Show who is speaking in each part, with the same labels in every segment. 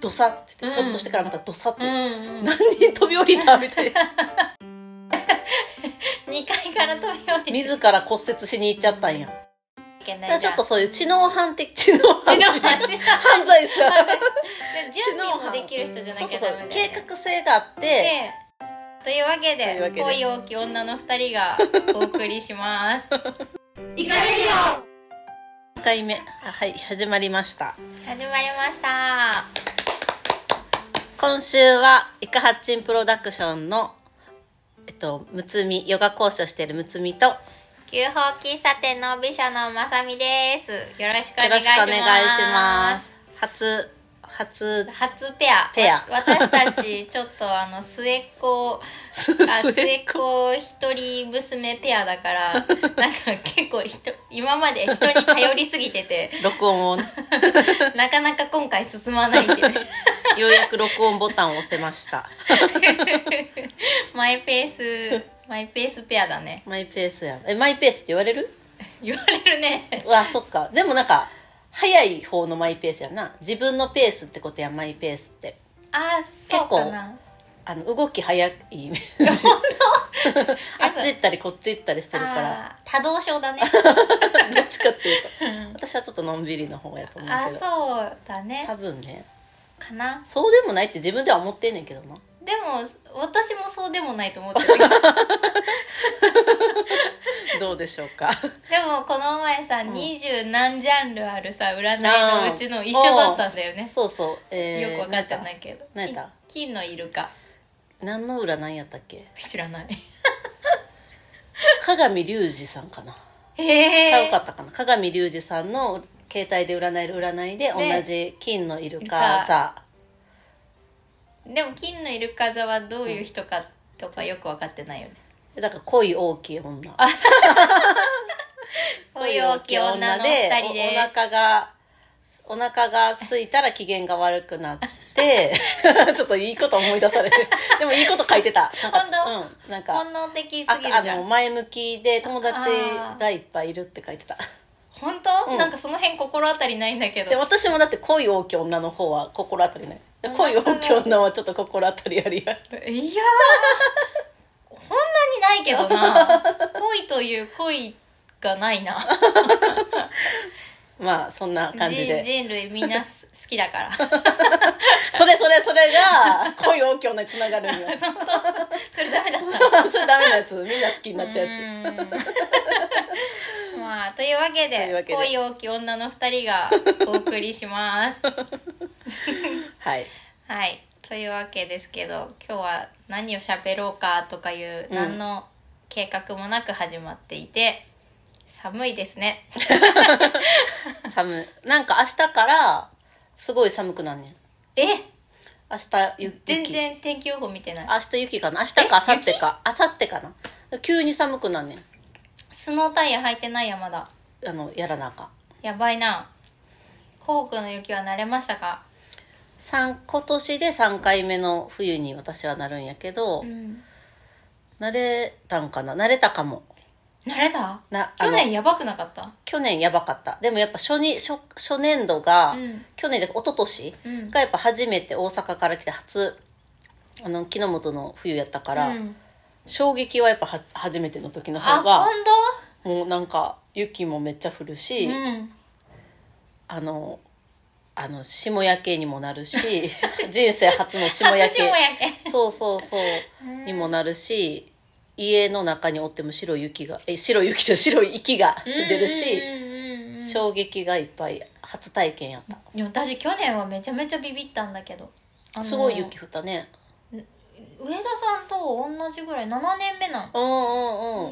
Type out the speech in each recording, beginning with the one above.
Speaker 1: ドサッって言って
Speaker 2: うん
Speaker 1: ちょっとしてからまたドサッ
Speaker 2: う
Speaker 1: て、
Speaker 2: んうん、
Speaker 1: 何飛び降りたみたい な
Speaker 2: 2階から飛び降りて
Speaker 1: 自ら骨折しに行っちゃったんやだ
Speaker 2: いけない
Speaker 1: からちょっとそういう知能犯的知能犯
Speaker 2: 知
Speaker 1: 的
Speaker 2: 能犯 でした
Speaker 1: 犯罪者
Speaker 2: で準備もできる 人じゃなきゃダメだよ、ね、
Speaker 1: そうそうそう計画性があって
Speaker 2: でというわけ
Speaker 1: というわけ
Speaker 2: で
Speaker 1: で
Speaker 2: 恋多き女の二人 がお送りします
Speaker 1: いか1回目あはい始まりました
Speaker 2: 始まりました
Speaker 1: 今週はイカハッチンプロダクションのえっとむつみヨガ講師をしているむつみとよ
Speaker 2: 旧宝喫茶店の美女のまさみですよろしくお願
Speaker 1: ろ
Speaker 2: い
Speaker 1: し
Speaker 2: し
Speaker 1: くお
Speaker 2: ま
Speaker 1: 願い
Speaker 2: す
Speaker 1: します初初
Speaker 2: 初ペア
Speaker 1: ペア
Speaker 2: わ私たちちょっとあの末っ子
Speaker 1: 末
Speaker 2: あ末っ子一人娘ペアだからなんか結構人今まで人に頼りすぎてて
Speaker 1: 録音をよ
Speaker 2: なかなか今回進まないっていう
Speaker 1: うやく録音ボタンを押せました
Speaker 2: マイペースマイペースペアだね
Speaker 1: マイペースやんえマイペースって言われる
Speaker 2: 言われるね
Speaker 1: うわそっかでもなんか早い方のマイペースやんな自分のペースってことやんマイペースって
Speaker 2: あそうかな
Speaker 1: あの動き早いイメージあっち行ったりこっち行ったりしてるから
Speaker 2: あー多動症だね
Speaker 1: どっちかっていうと私はちょっとのんびりの方やと思
Speaker 2: あ
Speaker 1: うけど
Speaker 2: そうだね
Speaker 1: 多分ね
Speaker 2: かな
Speaker 1: そうでもないって自分では思ってんねんけどな
Speaker 2: でも私もそうでもないと思って るけど
Speaker 1: どうでしょうか
Speaker 2: でもこの前さ二十、何ジャンルあるさ占いのうちの一緒だったんだよね、
Speaker 1: そうそう、えー、
Speaker 2: よく分かってないけど
Speaker 1: 何やった
Speaker 2: き金のイルカ
Speaker 1: 何の占いやったっけ
Speaker 2: 知らない
Speaker 1: 加賀見隆二さんかな、
Speaker 2: へえ
Speaker 1: ちゃうかったかな加賀見隆二さんの携帯で占える占いで同
Speaker 2: ね
Speaker 1: じ金のイル
Speaker 2: イル
Speaker 1: カ
Speaker 2: カ
Speaker 1: 座
Speaker 2: でも金のイルカ座はどういう人かとかよく分かってないよね、
Speaker 1: だから恋大きい女
Speaker 2: 恋大きい女の二人で
Speaker 1: おお
Speaker 2: す
Speaker 1: 腹がお腹が空いたら機嫌が悪くなって ちょっといいこと思い出されるでもいいこと書いてたなんか
Speaker 2: 本
Speaker 1: うんなんか
Speaker 2: 本能的すぎる
Speaker 1: あ
Speaker 2: じ
Speaker 1: あ
Speaker 2: ゃ
Speaker 1: の
Speaker 2: ん
Speaker 1: 前向きで友達がいっぱいいるって書いてた
Speaker 2: 本当、
Speaker 1: うん
Speaker 2: なんかその辺心当たりないんだけど
Speaker 1: で私もだって恋大きい女の方は心当たりないで恋大きい女はちょっと心当たりありある
Speaker 2: いやーこんなにないけどな恋という恋がないな
Speaker 1: まあそんな感じ
Speaker 2: 人
Speaker 1: で
Speaker 2: 人類みんなす好き だから
Speaker 1: それそれそれ が恋大きい女につながるんよ
Speaker 2: それダメだった
Speaker 1: それダメなやつみんな好きになっちゃうやつ
Speaker 2: うーん まあというわけ
Speaker 1: というわ
Speaker 2: で
Speaker 1: けで
Speaker 2: 恋多き女の二人がお送りします
Speaker 1: はい
Speaker 2: はいというわけですけど今日は何を喋ろうかとかいう
Speaker 1: うん
Speaker 2: 何の計画もなく始まっていて、寒いですね
Speaker 1: 寒いなんか明日からすごい寒くなんねん
Speaker 2: え
Speaker 1: 明日ゆ雪
Speaker 2: 全然天気予報見てない
Speaker 1: 明日雪かな明日か明後日か明後日かな急に寒くなんねん
Speaker 2: スノータイヤ履いてないやまだ
Speaker 1: あのやらなあかん
Speaker 2: やばいな幸福の雪は慣れましたか
Speaker 1: 三今年で3回目の冬に私はなるんやけど、
Speaker 2: うん
Speaker 1: 慣れたんかな慣れたかも
Speaker 2: 慣れた
Speaker 1: なあ
Speaker 2: 去
Speaker 1: の
Speaker 2: 年やばくなかった
Speaker 1: 去年やばかったでもやっぱ初に初初年度が、
Speaker 2: うん
Speaker 1: 去年で一昨年
Speaker 2: うん
Speaker 1: がやっぱ初めて大阪から来て初あの木の本の冬やったから、
Speaker 2: うん、
Speaker 1: 衝撃はやっぱは初めての時の
Speaker 2: あ
Speaker 1: 方がも
Speaker 2: 本
Speaker 1: うなんか雪もめっちゃ降るし、
Speaker 2: 当うん
Speaker 1: あのあの霜焼けにもなるし 人生初の霜焼
Speaker 2: 初
Speaker 1: け
Speaker 2: 霜焼け
Speaker 1: そうそうそうにもなるし家の中におっても白い雪がえ白い雪じゃ白い息が出るし、
Speaker 2: うんうんうん
Speaker 1: 衝撃がいっぱい初体験やった、
Speaker 2: いや私去年はめちゃめちゃビビったんだけどあの
Speaker 1: すごい雪降ったね
Speaker 2: 上田さんと同じぐらい7年目な
Speaker 1: うん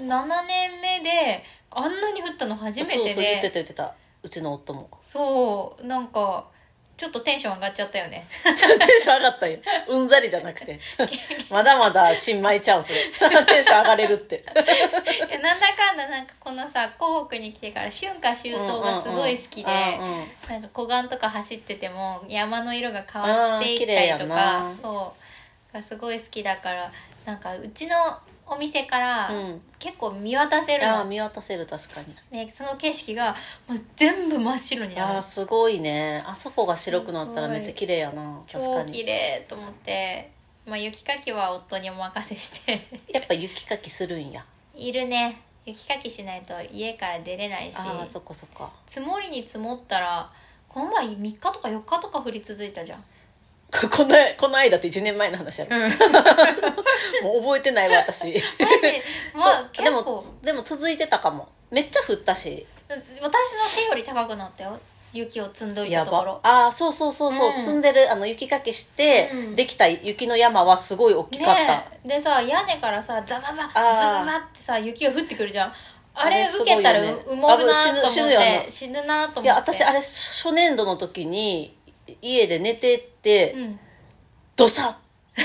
Speaker 1: うん
Speaker 2: の、
Speaker 1: うん
Speaker 2: 7年目であんなに降ったの初めてで
Speaker 1: そうそう言ってた言ってたうちの夫も
Speaker 2: そうなんかちょっとテンション上がっちゃった よね
Speaker 1: テンション上がった ようんざりじゃなくてまだまだ新米ちゃうんそれ テンション上がれるって
Speaker 2: いやなんだかんだなんかこのさ湖北に来てから春夏秋冬がすごい好きで、
Speaker 1: うんうんうん
Speaker 2: なんか湖岸とか走ってても山の色が変わっていったりと
Speaker 1: あー綺麗や
Speaker 2: か
Speaker 1: な
Speaker 2: そうがすごい好きだからなんかうちのお店から
Speaker 1: うん
Speaker 2: 結構見渡せる
Speaker 1: ああ
Speaker 2: の、
Speaker 1: ー見渡せる確かに
Speaker 2: でその景色がもう全部真っ白に
Speaker 1: いや
Speaker 2: な
Speaker 1: ー
Speaker 2: る
Speaker 1: すごいねあそこが白くなったらめっちゃ綺麗やな確か
Speaker 2: 超綺
Speaker 1: に
Speaker 2: 麗と思って、まあ、雪かきは夫にお任せして
Speaker 1: やっぱ雪かきするんや
Speaker 2: いるね雪かきしないと家から出れないし
Speaker 1: ああそっかそっか
Speaker 2: 積もりに積もったらこの前3日とか4日とか降り続いたじゃん、
Speaker 1: こ このこの間って1年前の話やろ、
Speaker 2: うん マジ
Speaker 1: もう覚えてないわ私
Speaker 2: まあ
Speaker 1: そう
Speaker 2: 結
Speaker 1: で
Speaker 2: 構
Speaker 1: もでも続いてたかもめっちゃ降ったし
Speaker 2: 私の背より高くなったよ雪を積んどい
Speaker 1: や
Speaker 2: たとこ
Speaker 1: ば
Speaker 2: ろ
Speaker 1: ああそうそうそうそう、
Speaker 2: うん
Speaker 1: 積んでるあの雪かきして、
Speaker 2: うん
Speaker 1: できた雪の山はすごい大きかった、
Speaker 2: ねえでさ屋根からさザザザ
Speaker 1: あー
Speaker 2: ザザザってさ雪が降ってくるじゃんあ
Speaker 1: あ
Speaker 2: れ
Speaker 1: れすご
Speaker 2: 受
Speaker 1: いよね
Speaker 2: けたらう埋もるなと思って
Speaker 1: 危死
Speaker 2: 死
Speaker 1: ぬ死ぬ
Speaker 2: ぬ
Speaker 1: よね
Speaker 2: なと思って
Speaker 1: いや私あれ初年度の時に家で寝てって、
Speaker 2: うん、
Speaker 1: ドサッっ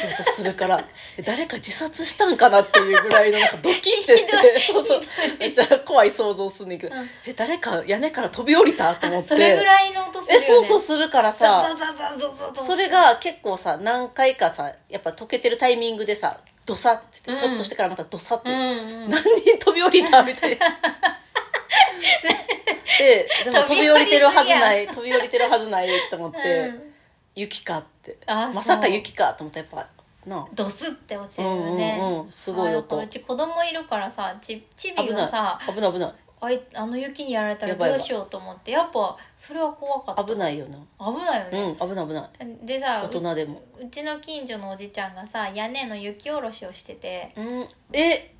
Speaker 1: て音するから え誰か自殺したんかなっていうぐらいのなんかドキッてして そうそうめっちゃ怖い想像すんねんけど、
Speaker 2: うん
Speaker 1: え誰か屋根から飛び降りたと思って
Speaker 2: それぐらいの音するよ、
Speaker 1: え
Speaker 2: ね、
Speaker 1: そうそうするから
Speaker 2: ザ
Speaker 1: さ
Speaker 2: ザザザザザザ
Speaker 1: それが結構さ何回かさやっぱ溶けてるタイミングでさドサッて言って
Speaker 2: う
Speaker 1: ち
Speaker 2: ん
Speaker 1: ょっとしてからまたドサッて、
Speaker 2: うんうん
Speaker 1: 何人飛び降りたみたいな。 ででも飛び降りてるはずない飛び降りてるはずないと思って、
Speaker 2: うん
Speaker 1: 雪かって
Speaker 2: あ
Speaker 1: ま
Speaker 2: そう
Speaker 1: さか雪かと思ったらやっぱなあ
Speaker 2: ドスって落ちるよね、
Speaker 1: うんうんうんすごい音
Speaker 2: あうち子供いるからさちチビ
Speaker 1: 危な
Speaker 2: が
Speaker 1: い
Speaker 2: さ
Speaker 1: 危ない危ない
Speaker 2: あいあの雪にやられたら
Speaker 1: やばいや
Speaker 2: ど
Speaker 1: ば
Speaker 2: う
Speaker 1: い
Speaker 2: しようと思ってやっぱそれは怖かった
Speaker 1: 危ないよな
Speaker 2: 危ないよ
Speaker 1: う
Speaker 2: ね、
Speaker 1: ん危ない危ない
Speaker 2: でさ
Speaker 1: 大
Speaker 2: う
Speaker 1: 人でも
Speaker 2: うちの近所のおじちゃんがさ屋根の雪下ろしをしてて
Speaker 1: うんえ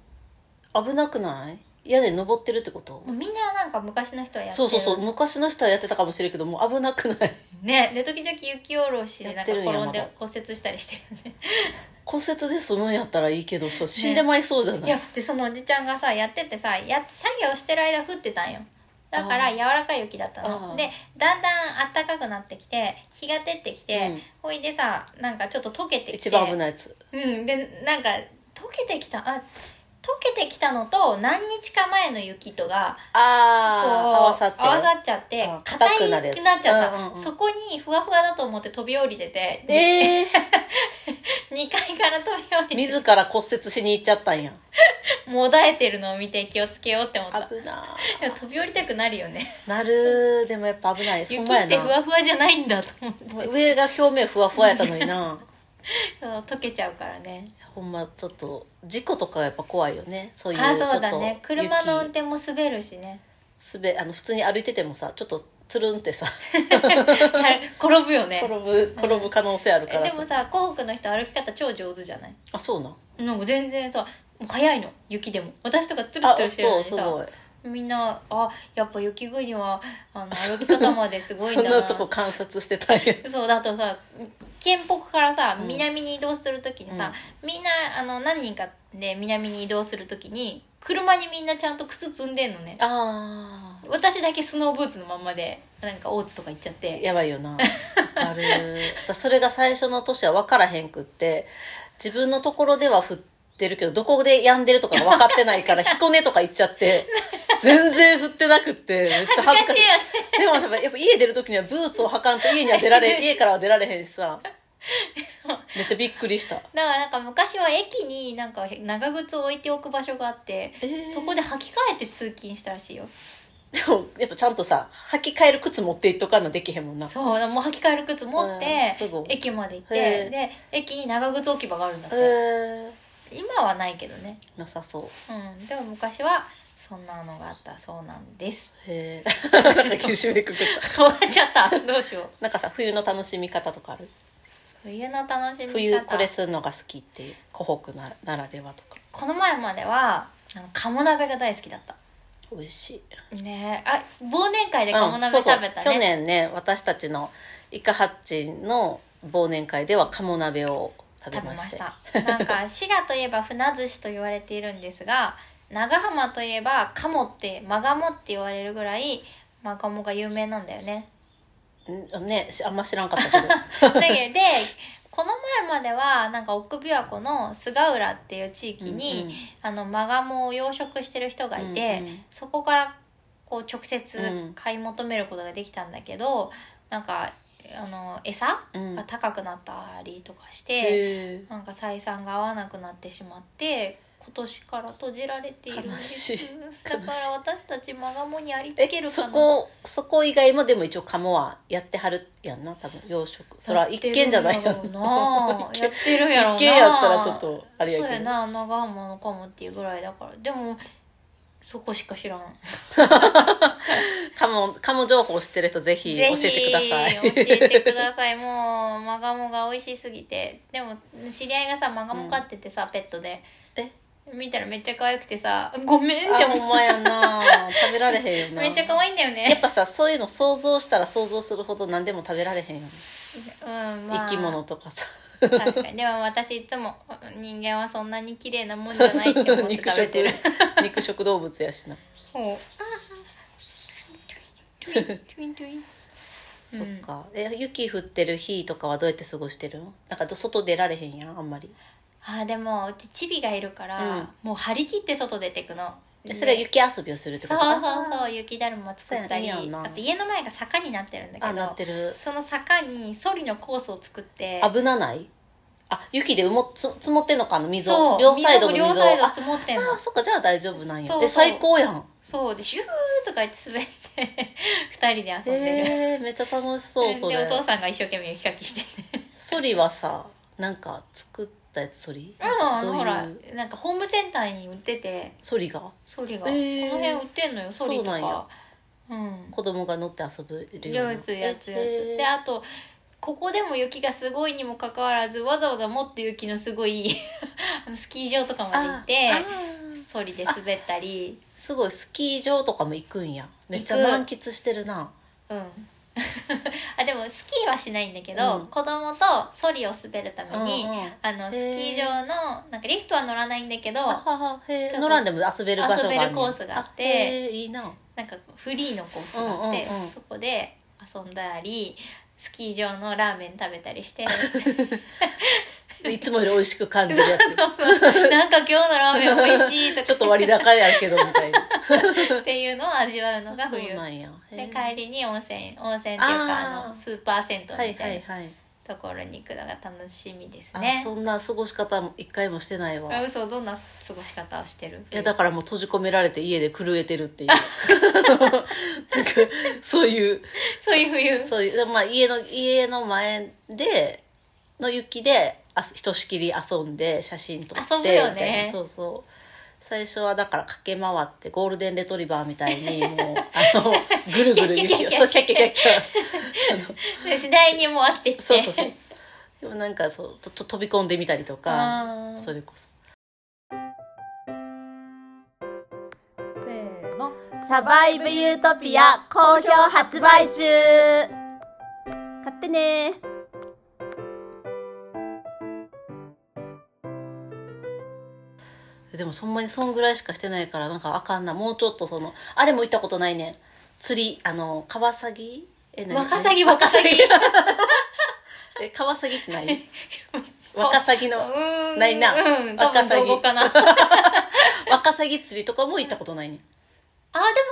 Speaker 1: 危なくない屋根登ってるってこと
Speaker 2: もうみんななんか昔の人はやって
Speaker 1: そ
Speaker 2: る
Speaker 1: うそうそう昔の人はやってたかもしれんけどもう危なくない
Speaker 2: ねで時々雪下ろしでなんか
Speaker 1: やってるんや
Speaker 2: 転んで
Speaker 1: まだ
Speaker 2: 骨折したりしてるね
Speaker 1: 骨折で済むんやったらいいけどそう死んでまいそうじゃない
Speaker 2: いやでそのおじちゃんがさやっててさやっ作業してる間降ってたんよだから
Speaker 1: あー
Speaker 2: 柔らかい雪だった
Speaker 1: あ
Speaker 2: の
Speaker 1: ー
Speaker 2: でだんだん暖かくなってきて日が照ってきて、
Speaker 1: うん
Speaker 2: ほいでさなんかちょっと溶けてきて
Speaker 1: 一番危ないやつ
Speaker 2: うんでなんか溶けてきたあ溶けてきたのと何日か前の雪とがこう
Speaker 1: ああ合わさって
Speaker 2: 合わさっちゃって
Speaker 1: あ
Speaker 2: 硬
Speaker 1: 硬くなるやつ
Speaker 2: くなっちゃった、
Speaker 1: うんうんうん
Speaker 2: そこにふわふわだと思って飛び降りてて、
Speaker 1: ええ
Speaker 2: 2階から飛び降りて
Speaker 1: 自ら骨折しに行っちゃったんや
Speaker 2: もだえてるのを見て気をつけようって思った
Speaker 1: 危な
Speaker 2: でも飛び降りたくなるよね
Speaker 1: なるでもやっぱ危ないそ
Speaker 2: 雪
Speaker 1: ん
Speaker 2: っ
Speaker 1: まや
Speaker 2: て
Speaker 1: な
Speaker 2: ふわふわじゃないんだと思って
Speaker 1: 上が表面ふわふわやったのにな
Speaker 2: そう溶けちゃうからね
Speaker 1: ほんまちょっと事故とかやっぱ怖いよねそういう
Speaker 2: あそうだね
Speaker 1: ちょっと雪
Speaker 2: 車の運転も滑るしね
Speaker 1: すべあの普通に歩いててもさちょっとつるんっ てさ
Speaker 2: あれ転ぶよね
Speaker 1: 転ぶ 転ぶ可能性あるか
Speaker 2: え
Speaker 1: ら
Speaker 2: で
Speaker 1: さ、
Speaker 2: もさ湖北の人歩き方超上手じゃない
Speaker 1: あそうなん
Speaker 2: なんか全然さもう早いの雪でも私とかツル
Speaker 1: あ
Speaker 2: ツルしてるの
Speaker 1: そう
Speaker 2: に
Speaker 1: すごい
Speaker 2: さみんなあやっぱ雪国はあの歩き方まですごいん
Speaker 1: そ
Speaker 2: だ
Speaker 1: ん
Speaker 2: な
Speaker 1: なとこ観察してたん や
Speaker 2: そうだとさ県北からさ
Speaker 1: うん
Speaker 2: 南に移動するときにさ、みんなあの何人かで南に移動するときに車にみんなちゃんと靴積んでんのね
Speaker 1: あ
Speaker 2: 私だけスノーブーツのまんまでなんか大津とか行っちゃって
Speaker 1: やばいよなわかるそれが最初の年は分からへんくって自分のところでは降ってるけどどこで止んでるとかが分かってないから 彦根とか行っちゃって全然降ってなくってめっちゃ恥ずかしい
Speaker 2: よね
Speaker 1: でもやっぱやっぱ家出る時にはブーツを履かんと家には出ら れ家からは出られへんしさめっちゃびっくりした
Speaker 2: だからなんか昔は駅になんか長靴を置いておく場所があって、
Speaker 1: えー
Speaker 2: そこで履き替えて通勤したらしいよ
Speaker 1: でもやっぱちゃんとさ履き替える靴持っていっとかんのできへんもんな
Speaker 2: そうもう履き替える靴持っ
Speaker 1: うん
Speaker 2: て
Speaker 1: すごい
Speaker 2: 駅まで行っ
Speaker 1: へ
Speaker 2: て
Speaker 1: ー
Speaker 2: で駅に長靴置き場があるんだっ
Speaker 1: へ
Speaker 2: て
Speaker 1: え
Speaker 2: 今はないけどね
Speaker 1: なさそう
Speaker 2: うんでも昔はそんなのがあったそうなんです
Speaker 1: へ えなんか締めくくった
Speaker 2: 終わっちゃったどうしよう
Speaker 1: なんかさ冬の楽しみ方とかある
Speaker 2: 冬の楽しみ方
Speaker 1: 冬これするのが好きっていう湖北なならではとか
Speaker 2: この前まではあの鴨鍋が大好きだった
Speaker 1: 美味しい
Speaker 2: ねえあ忘年会で鴨鍋
Speaker 1: うんそうそう
Speaker 2: 食べたね、
Speaker 1: 去年ね私たちのイカハッチンの忘年会では鴨鍋を食べ
Speaker 2: 食べ
Speaker 1: ま
Speaker 2: ま
Speaker 1: し
Speaker 2: したたなんか滋賀といえば船寿司と言われているんですが長浜といえば鴨ってマガモって言われるぐらいマガモが有名なんだよね
Speaker 1: んねしあんま知らんかった けど
Speaker 2: だけ どでこの前まではなんか奥琵琶湖の菅浦っていう地域に、
Speaker 1: うんうん
Speaker 2: あのマガモを養殖してる人がいて、
Speaker 1: うんうん
Speaker 2: そこからこう直接
Speaker 1: うん
Speaker 2: 買い求めることができたんだけど、なんかあの餌
Speaker 1: うん
Speaker 2: が高くなったりとかして、
Speaker 1: へえ
Speaker 2: なんか採算が合わなくなってしまってこ今年から閉じられているんです
Speaker 1: 悲しい
Speaker 2: だから私たちマガモにありつけ
Speaker 1: え
Speaker 2: る
Speaker 1: そ
Speaker 2: かな
Speaker 1: こそこ以外もでも一応鴨はやってはるやんな多分養殖そら一軒じゃない
Speaker 2: や
Speaker 1: や
Speaker 2: って
Speaker 1: ん
Speaker 2: るんだろうなやって るんやろう な
Speaker 1: 一軒やったらちょっとあれや
Speaker 2: そう
Speaker 1: け
Speaker 2: や
Speaker 1: ど
Speaker 2: な長浜のかもっていうぐらいだからでもそこしか知らん
Speaker 1: 鴨鴨情報知ってる人ぜひ教
Speaker 2: ぜ
Speaker 1: えてください
Speaker 2: ひ教えてくださいもうマガモが美味しすぎてでも知り合いがさマガモ飼っててさ、ペットで
Speaker 1: え
Speaker 2: 見たらめっちゃ可愛くてさごめんって
Speaker 1: あほ
Speaker 2: 思
Speaker 1: ん
Speaker 2: う
Speaker 1: まやな食べられへんよな
Speaker 2: めっちゃ可愛いんだよね
Speaker 1: やっぱさそういうの想像したら想像するほど何でも食べられへんよね、
Speaker 2: うんまあ、
Speaker 1: 生き物とかさ
Speaker 2: 確かにでも私いつも人間はそんなに綺麗なもんじゃないって思って
Speaker 1: 肉
Speaker 2: 食べ
Speaker 1: 食
Speaker 2: てる
Speaker 1: 肉食動物やしな、
Speaker 2: ほうトゥイントゥイントゥイン
Speaker 1: そっかえ雪降ってる日とかはどうやって過ごしてるのなんか外出られへんやんあんまり
Speaker 2: あーでもうちチビがいるから、
Speaker 1: うん
Speaker 2: もう張り切って外出てくの
Speaker 1: でそれは雪遊びをするってこ
Speaker 2: そ
Speaker 1: と
Speaker 2: う
Speaker 1: か
Speaker 2: そうそう雪だるま作ったり
Speaker 1: そうやねいいやんな
Speaker 2: あと家の前が坂になってるんだ
Speaker 1: あ
Speaker 2: け
Speaker 1: なっ
Speaker 2: ど
Speaker 1: てる
Speaker 2: その坂にソリのコースを作って
Speaker 1: 危なないあ雪でうもつ積もってんのかあの溝
Speaker 2: そう
Speaker 1: 両サイドの溝
Speaker 2: 両サイド
Speaker 1: あ
Speaker 2: 積もってんの
Speaker 1: あそっかじゃあ大丈夫なんや
Speaker 2: そう
Speaker 1: え最高やん
Speaker 2: そうでシューとか言って滑って 二人で遊んでる、
Speaker 1: えー、めっちゃ楽しそうそ
Speaker 2: で
Speaker 1: れ
Speaker 2: お父さんが一生懸命雪かきして て
Speaker 1: ソリはさなんか作ったやつソリ
Speaker 2: うんあ
Speaker 1: ど
Speaker 2: の
Speaker 1: ういう
Speaker 2: ほらなんかホームセンターに売ってて
Speaker 1: ソリが
Speaker 2: ソリが、
Speaker 1: えー
Speaker 2: この辺売ってんのよソリと
Speaker 1: そうなんや
Speaker 2: かうん
Speaker 1: 子供が乗って遊ぶ
Speaker 2: やつやつやつ、
Speaker 1: え
Speaker 2: であとここでも雪がすごいにもかかわらずわざわざもっと雪のすごい あのスキー場とかまで行っ
Speaker 1: あ
Speaker 2: て
Speaker 1: あー
Speaker 2: ソリで滑ったり
Speaker 1: すごいスキー場とかも行くんやめっちゃ
Speaker 2: 行く
Speaker 1: 満喫してるな
Speaker 2: うん あでもスキーはしないんだけど、
Speaker 1: うん
Speaker 2: 子供とソリを滑るために、
Speaker 1: うんうん
Speaker 2: あのスキー場のなんかリフトは乗らないんだけど
Speaker 1: あははへ
Speaker 2: ちょっ
Speaker 1: ー
Speaker 2: と
Speaker 1: 乗らんでも遊べる場所があんねん
Speaker 2: 遊べるコースがあって
Speaker 1: あへーいいな
Speaker 2: なんかフリーのコースがあって、
Speaker 1: うんうんうん
Speaker 2: そこで遊んだりスキー場のラーメン食べた りして
Speaker 1: いつもより美味しく感じるや つ
Speaker 2: なんか今日のラーメン美味しいとか
Speaker 1: ちょっと割高やけどみたいな
Speaker 2: っていうのを味わうの が冬
Speaker 1: そうなんやへー
Speaker 2: で帰りに温泉温泉っていうか
Speaker 1: あー
Speaker 2: あのスーパー銭湯みた
Speaker 1: はいいはい
Speaker 2: な
Speaker 1: はい、
Speaker 2: ところに行くのが楽しみです
Speaker 1: あ
Speaker 2: ね、
Speaker 1: そんな過ごし方も一回もしてないわ
Speaker 2: あ嘘どんな過ごし方をしてる
Speaker 1: いやだからもう閉じ込められて家で震えてるっていうなんかそういう
Speaker 2: そういう冬
Speaker 1: そういう、まあ、家の家の前での雪であひとしきり遊んで写真撮って
Speaker 2: 遊ぶよね
Speaker 1: みたいなそうそう最初はだから駆け回ってゴールデンレトリバーみたい にもうあのぐるぐる雪を
Speaker 2: キャッキャキャッキャ
Speaker 1: そうキャッキャキャッキャ
Speaker 2: で次第にもう飽きてきて
Speaker 1: そうそうそうでもなんかそうちょっと飛び込んでみたりと
Speaker 2: あ
Speaker 1: か
Speaker 2: ー
Speaker 1: それこそ
Speaker 3: せーの。サバイブユートピア好評発売中買ってね
Speaker 1: でもそんなにそんぐらいしかしてないからなんかあかんなもうちょっとそのあれも行ったことないねん釣りあのカワサギえ何
Speaker 2: ワカサギワカ サギ
Speaker 1: えカワサギって 何ワカサギの
Speaker 2: うーん
Speaker 1: ないな
Speaker 2: うん多
Speaker 1: ワカ
Speaker 2: 分
Speaker 1: サギ
Speaker 2: 造語か なあー
Speaker 1: ワカサギ釣りとかも行ったことないねん
Speaker 2: で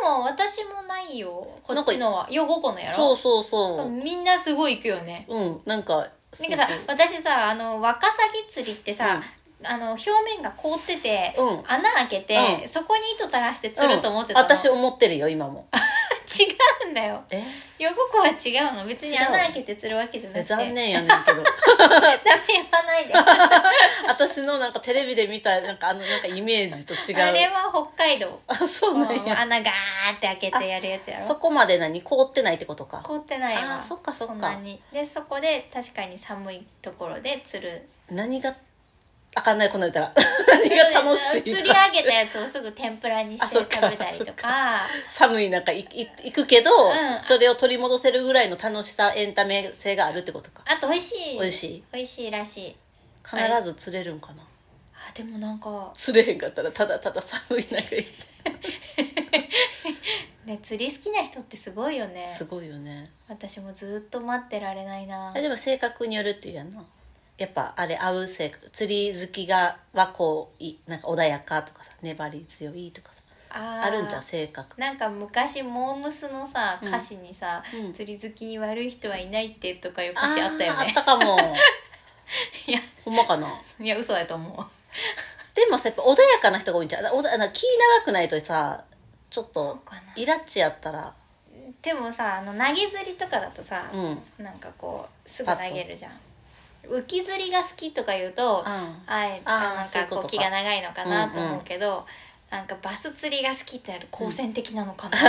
Speaker 2: も私もないよこっちのは養護校のやろ
Speaker 1: そうそうそう
Speaker 2: そう
Speaker 1: う
Speaker 2: みんなすごい行くよね
Speaker 1: んなんか
Speaker 2: なんかさ
Speaker 1: そうそう
Speaker 2: 私さあのワカサギ釣りってさ、あの表面が凍ってて、
Speaker 1: うん
Speaker 2: 穴開けて、
Speaker 1: うん
Speaker 2: そこに糸垂らして釣ると思ってた
Speaker 1: うん
Speaker 2: の、
Speaker 1: 私
Speaker 2: 違
Speaker 1: 思ってるよ今も
Speaker 2: うんだよ
Speaker 1: え
Speaker 2: ヨゴコは違うの別に
Speaker 1: 違う
Speaker 2: 穴開けて釣るわけじゃなくて
Speaker 1: 残 念やねんけど
Speaker 2: ダメ言わないで
Speaker 1: 私のなんかテレビで見たなんかあのなんかイメージと違う
Speaker 2: あれは北海道
Speaker 1: あそうなん
Speaker 2: うん
Speaker 1: や
Speaker 2: 穴ガーって開けてやるやつや
Speaker 1: そ
Speaker 2: ろ
Speaker 1: こまで何凍ってないってことか
Speaker 2: 凍ってないわ
Speaker 1: あーそっかそっか
Speaker 2: んなにでそこで確かに寒いところで釣る
Speaker 1: 何があかんないこの言ったら 何が楽しい
Speaker 2: 釣り
Speaker 1: とか
Speaker 2: 上げたやつをすぐ天ぷらにして
Speaker 1: あそ
Speaker 2: 食
Speaker 1: っ
Speaker 2: べ
Speaker 1: か
Speaker 2: たりと
Speaker 1: そっ
Speaker 2: か
Speaker 1: 寒い中いい行くけど、
Speaker 2: うん
Speaker 1: それを取り戻せるぐらいの楽しさエンタメ性があるってことか
Speaker 2: あと美味しい
Speaker 1: 美味しい
Speaker 2: 美味しいらしい
Speaker 1: 必ず釣れるんかな
Speaker 2: あでもなんか、
Speaker 1: 釣れへんかったらただただ寒い中行って
Speaker 2: ね、釣り好きな人ってすごいよね
Speaker 1: すごいよね
Speaker 2: 私もずっと待ってられないな
Speaker 1: あでも性格によるっていうやんなやっぱあれ合う性格釣り好きがはこういなんか穏やかとかさ粘り強いとかさ
Speaker 2: あー
Speaker 1: あるんじゃん性格
Speaker 2: なんか昔モームスのさ歌詞にさ、
Speaker 1: うん
Speaker 2: 釣り好きに悪い人はいないって」とかいう歌詞あったよ
Speaker 1: ーあっ
Speaker 2: ね
Speaker 1: たかも
Speaker 2: いや
Speaker 1: ほんまかない
Speaker 2: や嘘だと思う
Speaker 1: でもさやっぱ穏やかな人が多いんちゃうだおだなんか気長くないとさちょっと
Speaker 2: かな
Speaker 1: イラッチやったら
Speaker 2: でもさあの投げ釣りとかだとさ、
Speaker 1: うんうん
Speaker 2: なんかこうすぐ投げるじゃん浮き釣りが好きとか言うと、あえ
Speaker 1: あー
Speaker 2: あなん
Speaker 1: そうい
Speaker 2: か
Speaker 1: うこと
Speaker 2: こ
Speaker 1: か
Speaker 2: う気が長いのかなと思うけど、なんかバス釣りが好きってなる好戦的なのかな、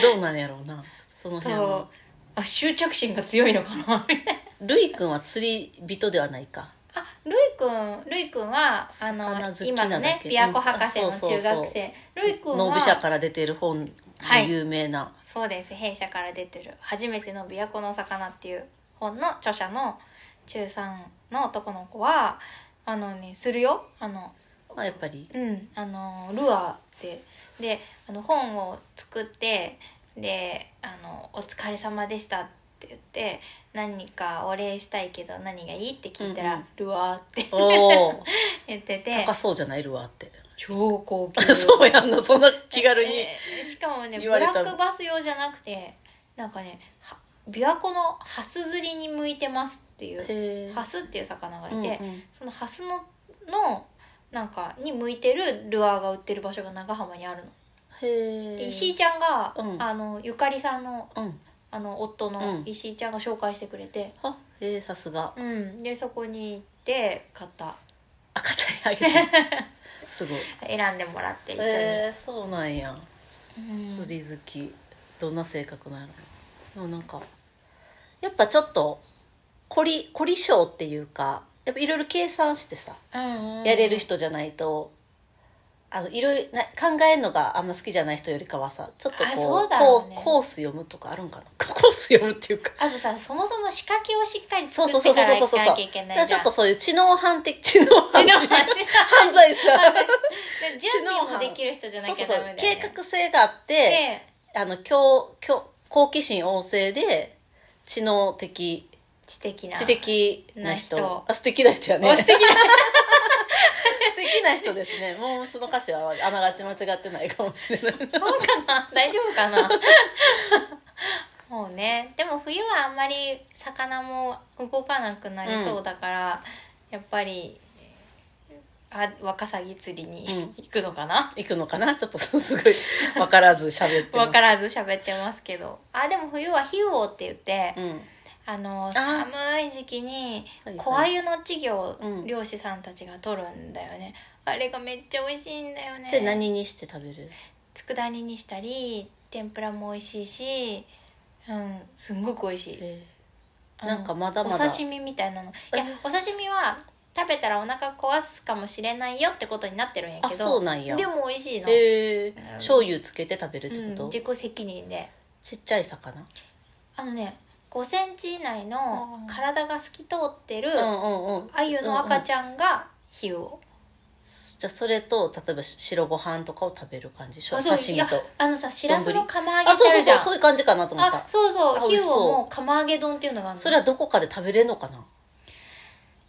Speaker 1: どうなんやろうなちょっとその辺
Speaker 2: と
Speaker 1: は
Speaker 2: あ執着心が強いのかなみたいな
Speaker 1: るいくんは釣り人ではないか
Speaker 2: あるいくんるいくんはあの
Speaker 1: 魚好きな
Speaker 2: 今
Speaker 1: だけ
Speaker 2: のね
Speaker 1: うん
Speaker 2: 琵琶湖博士の
Speaker 1: あそうそう
Speaker 2: 中
Speaker 1: そう
Speaker 2: 学生るいくん
Speaker 1: ノービ社
Speaker 2: は
Speaker 1: から出てる本で
Speaker 2: はい
Speaker 1: 有名な、
Speaker 2: そうです弊社から出てる「初めての琵琶湖の魚」っていう本の著者の中3の男の子はあのねするよあの
Speaker 1: まあ、やっぱり
Speaker 2: うん、あのルアーでであの本を作ってであの「お疲れ様でした」って言って何かお礼したいけど何がいいって聞いたら「
Speaker 1: うんうん
Speaker 2: ルアー」って
Speaker 1: おお
Speaker 2: 言ってて
Speaker 1: 高そうじゃないるわって
Speaker 2: 超高 級
Speaker 1: そうやんなそんな気軽に、
Speaker 2: えーしかもね
Speaker 1: 言
Speaker 2: ブ
Speaker 1: われ
Speaker 2: ラ
Speaker 1: た
Speaker 2: ックバス用じゃなくてなんかねは琵琶湖のハス釣りに向いてますっていう
Speaker 1: へえ
Speaker 2: ハスっていう魚がいて、
Speaker 1: うんうん
Speaker 2: そのハスののなんかに向いてるルアーが売ってる場所が長浜にあるの。
Speaker 1: へ
Speaker 2: で
Speaker 1: え
Speaker 2: 石井ちゃんが、
Speaker 1: うん
Speaker 2: あのゆかりさんの
Speaker 1: うん
Speaker 2: あの夫
Speaker 1: う
Speaker 2: の
Speaker 1: ん
Speaker 2: 石井ちゃんが紹介してくれて、
Speaker 1: あへえさすが
Speaker 2: うんでそこに行って買った
Speaker 1: あ肩にあ げてすごい
Speaker 2: 選んでもらって一緒に、
Speaker 1: えー、そうなんや、
Speaker 2: うん
Speaker 1: 釣り好きどんな性格なんやろでもなんかやっぱちょっと凝り凝り性っていうかやっぱいろいろ計算してさ
Speaker 2: うんうん
Speaker 1: やれる人じゃないと、あのいろいろな考えるのがあんま好きじゃない人よりかはさちょっと
Speaker 2: あ
Speaker 1: こ
Speaker 2: そううだろうね
Speaker 1: コーコース読むとかあるんかな コース読むっていうか
Speaker 2: あとさそもそも仕掛けをしっかり
Speaker 1: そう
Speaker 2: 作
Speaker 1: そう
Speaker 2: っ
Speaker 1: そ
Speaker 2: て
Speaker 1: うそ
Speaker 2: か
Speaker 1: うそ
Speaker 2: ら
Speaker 1: うそ
Speaker 2: 行
Speaker 1: う
Speaker 2: かなきゃいけない
Speaker 1: だから
Speaker 2: じ
Speaker 1: ち
Speaker 2: ゃ
Speaker 1: ょ
Speaker 2: ん
Speaker 1: っとそういう知能犯的知能犯
Speaker 2: 知能
Speaker 1: 的
Speaker 2: 犯的
Speaker 1: 犯罪者
Speaker 2: で準備もできる人じゃな
Speaker 1: そう
Speaker 2: き
Speaker 1: そう
Speaker 2: ゃ
Speaker 1: そ
Speaker 2: ダ
Speaker 1: う
Speaker 2: メだよ、ね、
Speaker 1: 計画性があって
Speaker 2: で
Speaker 1: あの強強好奇心旺盛で知能的
Speaker 2: 知的な
Speaker 1: 知的な人
Speaker 2: な人
Speaker 1: あ素敵な人やね
Speaker 2: お素敵な
Speaker 1: 素敵な人ですねもうその歌詞はあながち間違ってないかもしれない
Speaker 2: そうかな大丈夫かなもうねでも冬はあんまり魚も動かなくなりそうだから、やっぱりあワカサギ釣りに
Speaker 1: うん
Speaker 2: 行くのかな、
Speaker 1: 行くのかなちょっとすごい分からず喋ってます
Speaker 2: 分からず喋ってますけどあでも冬はヒウオって言って、
Speaker 1: う
Speaker 2: あの寒い時期に小アユの稚魚を漁師さんたちが取るんだよね、あれがめっちゃ美味しいんだよね
Speaker 1: んで何にして食べる
Speaker 2: 佃煮にしたり天ぷらも美味しいしうんすんごく美味しい
Speaker 1: え
Speaker 2: あの
Speaker 1: なんかまだまだ
Speaker 2: お刺身みたいなのいやお刺身は食べたらお腹壊すかもしれないよってことになってるんや
Speaker 1: ーあ
Speaker 2: けど
Speaker 1: そうなんや
Speaker 2: でも美味しいの、
Speaker 1: へえー、醤油つけて食べるって
Speaker 2: うん
Speaker 1: こと、
Speaker 2: 自己責任で
Speaker 1: ちっちゃい魚
Speaker 2: あのね5センチ以内の
Speaker 1: あー
Speaker 2: 体が透き通ってる
Speaker 1: うんうんうん
Speaker 2: アユの赤ちゃんがヒウオ
Speaker 1: じゃあそれと例えばし白ご飯とかを食べる感じしょ
Speaker 2: あ
Speaker 1: 刺
Speaker 2: そうい
Speaker 1: 身
Speaker 2: や
Speaker 1: と
Speaker 2: あのさしらすの釜揚げ
Speaker 1: あ
Speaker 2: って
Speaker 1: そうそ
Speaker 2: あ
Speaker 1: う
Speaker 2: るじ
Speaker 1: そ
Speaker 2: ゃ
Speaker 1: うんそういう感じかなと思った
Speaker 2: あそうそう
Speaker 1: あ美味し
Speaker 2: ヒウ
Speaker 1: そう
Speaker 2: オも釜揚げ丼っていうのがあるの
Speaker 1: それはどこかで食べれんのかな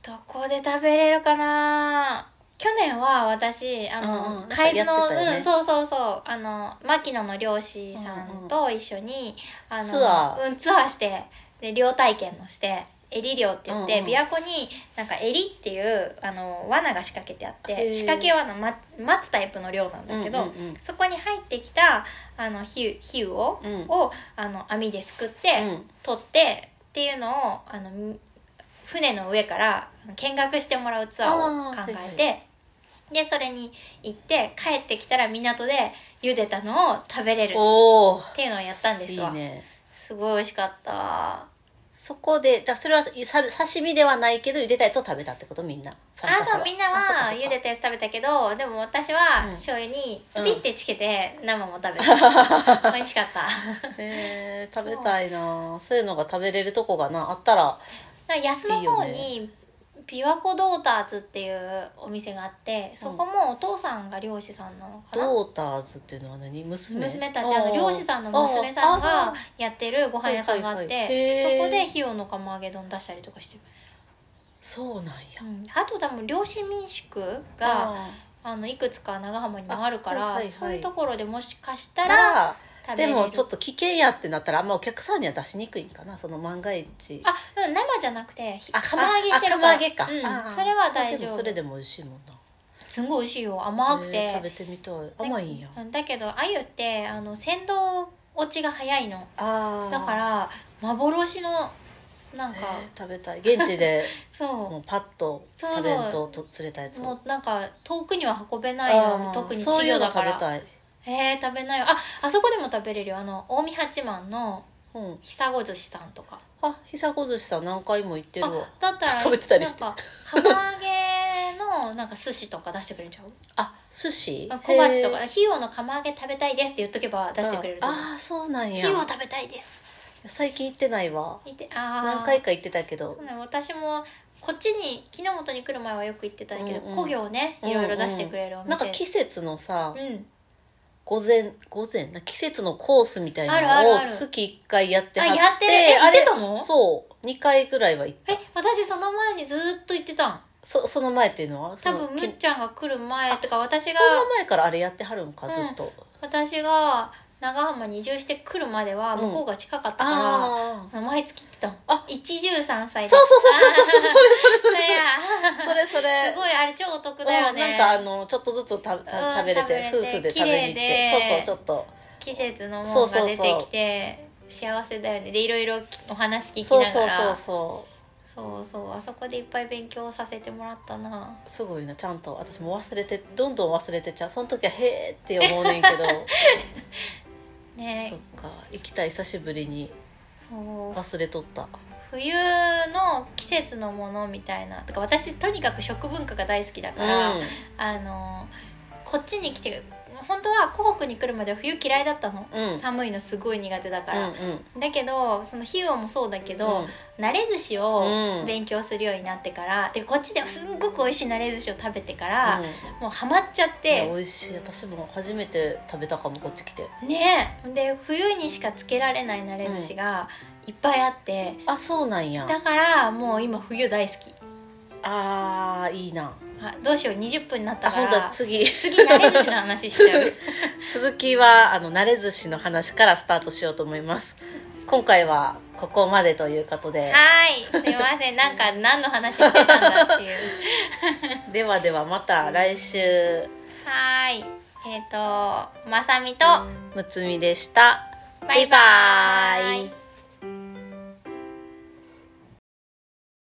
Speaker 2: どこで食べれるかな去年は私あ
Speaker 1: うんうん
Speaker 2: の、
Speaker 1: なんかやってた
Speaker 2: 海津の、
Speaker 1: よね
Speaker 2: うんそうそうそうあの牧野の漁師さんと一緒に、あの
Speaker 1: ツアー
Speaker 2: うん、ツアーしてで漁体験をしてエリ漁って言って、
Speaker 1: うんうん
Speaker 2: 琵琶湖になんかエリっていうあの罠が仕掛けてあっ
Speaker 1: へー
Speaker 2: て仕掛け罠、ま、待つタイプの漁なんだけど、
Speaker 1: うんうんうん
Speaker 2: そこに入ってきたあのヒュヒュを,、
Speaker 1: うん
Speaker 2: をあの網ですくって、
Speaker 1: うん
Speaker 2: 取ってっていうのをあのみ船の上から見学してもらうツアーを考えて、
Speaker 1: あーは
Speaker 2: でそれに行って帰ってきたら港で茹でたのを食べれるっ
Speaker 1: おお
Speaker 2: ていうのをやったんで
Speaker 1: い
Speaker 2: すわ
Speaker 1: いね
Speaker 2: すごい美味しかった
Speaker 1: そこでだからそれはさ刺身ではないけど茹でたやつを食べたってことみんな参加
Speaker 2: あ
Speaker 1: 者
Speaker 2: そうみんなは茹でたやつ食べたけどでも私は
Speaker 1: うん
Speaker 2: 醤油に
Speaker 1: うん
Speaker 2: ピッてつけて生も食べ た、美味しかった
Speaker 1: へえ食べたいなそういうのが食べれるとこがなあったら
Speaker 2: なんか安の方に琵琶湖ドーターズっていうお店があってそこもお父さんが漁師さんなのかな、
Speaker 1: ドーターズっていうのは何娘
Speaker 2: 娘たちあの
Speaker 1: ー
Speaker 2: 漁師さんの娘さん
Speaker 1: あ
Speaker 2: が
Speaker 1: ー
Speaker 2: やってるご飯屋さんがあっ
Speaker 1: はいはいはい
Speaker 2: て
Speaker 1: へー
Speaker 2: そこで費用の釜揚げ丼出したりとかして
Speaker 1: そうなんや
Speaker 2: る、うんあと多分漁師民宿が
Speaker 1: あ
Speaker 2: あのいくつか長浜にもあるか
Speaker 1: あはい
Speaker 2: ら
Speaker 1: はいはい
Speaker 2: そういうところでもしかした
Speaker 1: ー
Speaker 2: ら
Speaker 1: ら
Speaker 2: 食べ
Speaker 1: で
Speaker 2: れる
Speaker 1: もちょっと危険やってなったらあんまお客さんには出しにくいんかなその万が一
Speaker 2: あうん生じゃなくてひ
Speaker 1: あ
Speaker 2: 釜揚げしてるから
Speaker 1: ああ釜揚げか、
Speaker 2: うん
Speaker 1: あ
Speaker 2: それは大丈
Speaker 1: でも
Speaker 2: 夫
Speaker 1: それでも美味しいもんな
Speaker 2: すんごい美味しいよ甘くて、
Speaker 1: えー食べてみたい甘いんや
Speaker 2: うんだけど鮎ってあの鮮度落ちが早いの
Speaker 1: あー
Speaker 2: だから幻のなんか、
Speaker 1: えー食べたい現地 でも
Speaker 2: そう
Speaker 1: パッと
Speaker 2: そうそう
Speaker 1: タレントをと連れたや
Speaker 2: う
Speaker 1: つ
Speaker 2: も
Speaker 1: を
Speaker 2: うなんか遠くには運べないの
Speaker 1: あー
Speaker 2: 特に
Speaker 1: そ
Speaker 2: 稚
Speaker 1: ういう
Speaker 2: 魚
Speaker 1: の
Speaker 2: だ
Speaker 1: 食べ
Speaker 2: から
Speaker 1: たい、
Speaker 2: えー、食べないよああそこでも食べれるよあの近江八幡の
Speaker 1: うん、
Speaker 2: 久子寿司さんとか
Speaker 1: あ久子寿司さん何回も行ってるわ
Speaker 2: あだったら
Speaker 1: 食べてたりして
Speaker 2: なんか釜揚げのなんか寿司とか出してくれるんちゃう
Speaker 1: あ寿司
Speaker 2: あ小鉢とか
Speaker 1: へー
Speaker 2: 費用の釜揚げ食べたいですって言っとけば出してくれると思う
Speaker 1: ああそうなんや
Speaker 2: 費用食べたいです
Speaker 1: 最近行ってないわ
Speaker 2: いてあー
Speaker 1: 何回か行ってたけど
Speaker 2: そうね私もこっちに木の元に来る前はよく行ってたんやけど、
Speaker 1: うんうん
Speaker 2: 古魚をねいろいろ出してくれるお
Speaker 1: うんうんな
Speaker 2: 店、
Speaker 1: んか季節のさ
Speaker 2: うん
Speaker 1: 午前午前な季節のコースみたいな
Speaker 2: あるあるあ
Speaker 1: のを
Speaker 2: る
Speaker 1: 月1回やっては
Speaker 2: あやってるえ
Speaker 1: あれ
Speaker 2: 行ってたの
Speaker 1: そう2回ぐらいは行っ
Speaker 2: え私その前にずーっと行ってたん
Speaker 1: そその前っていうのはそ
Speaker 2: 多
Speaker 1: の
Speaker 2: 分む
Speaker 1: き
Speaker 2: っちゃんが来る前とか私が
Speaker 1: その前からあれやってはるんかずっと、
Speaker 2: 私が長浜に移住してくるまでは
Speaker 1: うん
Speaker 2: 向こうが近かったか
Speaker 1: あ
Speaker 2: ら、毎月行ってたの
Speaker 1: あ
Speaker 2: 一汁三
Speaker 1: あ
Speaker 2: 菜
Speaker 1: そうそうそうそうそうそう
Speaker 2: う
Speaker 1: そ
Speaker 2: そ
Speaker 1: れ
Speaker 2: れや
Speaker 1: それそれそれ
Speaker 2: すごいあれ超お得だよ
Speaker 1: うん
Speaker 2: ね
Speaker 1: なんかあのちょっとずつ食べ
Speaker 2: うん
Speaker 1: 食べれて
Speaker 2: 食べれて
Speaker 1: 夫婦で食べに行っ
Speaker 2: 綺
Speaker 1: て
Speaker 2: 麗で
Speaker 1: そうそうちょっと
Speaker 2: 季節の
Speaker 1: そ
Speaker 2: も
Speaker 1: う
Speaker 2: のが
Speaker 1: そうそう
Speaker 2: 出てきて幸せだよねでいろいろお話聞き
Speaker 1: そう
Speaker 2: な
Speaker 1: そ
Speaker 2: が
Speaker 1: うそう
Speaker 2: ら
Speaker 1: そ
Speaker 2: そうそうあそこでいっぱい勉強させてもらったな
Speaker 1: うすごいなちゃんと私も忘れてどんどん忘れてっちゃうその時はへーって思う ねんけどそ
Speaker 2: ね
Speaker 1: っか行きたい久しぶりに
Speaker 2: そう
Speaker 1: 忘れとった
Speaker 2: 冬の季節のものみたいなとか私とにかく食文化が大好きだから、あのこっちに来て本当は湖北に来るまでは冬嫌いだったの、
Speaker 1: うん
Speaker 2: 寒いのすごい苦手だから、
Speaker 1: うんうん
Speaker 2: だけどその費用もそうだけ
Speaker 1: う
Speaker 2: ど
Speaker 1: ん、
Speaker 2: 慣れ寿司を
Speaker 1: うん
Speaker 2: 勉強するようになってから、でこっちですんごく美味しい慣れ寿司を食べてか
Speaker 1: う
Speaker 2: ら、
Speaker 1: ん
Speaker 2: もうハマっちゃっ
Speaker 1: いや
Speaker 2: て
Speaker 1: 美味しい私も初めて食べたかもこっち来て
Speaker 2: ねえで冬にしかつけられない慣れ寿司がいっぱいあって、
Speaker 1: あそうなんや
Speaker 2: だからもう今冬大好き
Speaker 1: あーいいな
Speaker 2: あどうしよう20分になっ
Speaker 1: あ
Speaker 2: たか
Speaker 1: 本当だ
Speaker 2: ら
Speaker 1: 次
Speaker 2: 次慣れ寿司の話しちゃう
Speaker 1: 続きはあの慣れ寿司の話からスタートしようと思います今回はここまでということで
Speaker 2: はいすいませんなんか何の話してたんだっていう
Speaker 1: ではではまた来週
Speaker 2: はーいえっ、とまさみと
Speaker 1: むつみでした
Speaker 2: バイバ
Speaker 1: バイバ
Speaker 2: ー
Speaker 1: ー
Speaker 2: イ
Speaker 1: イ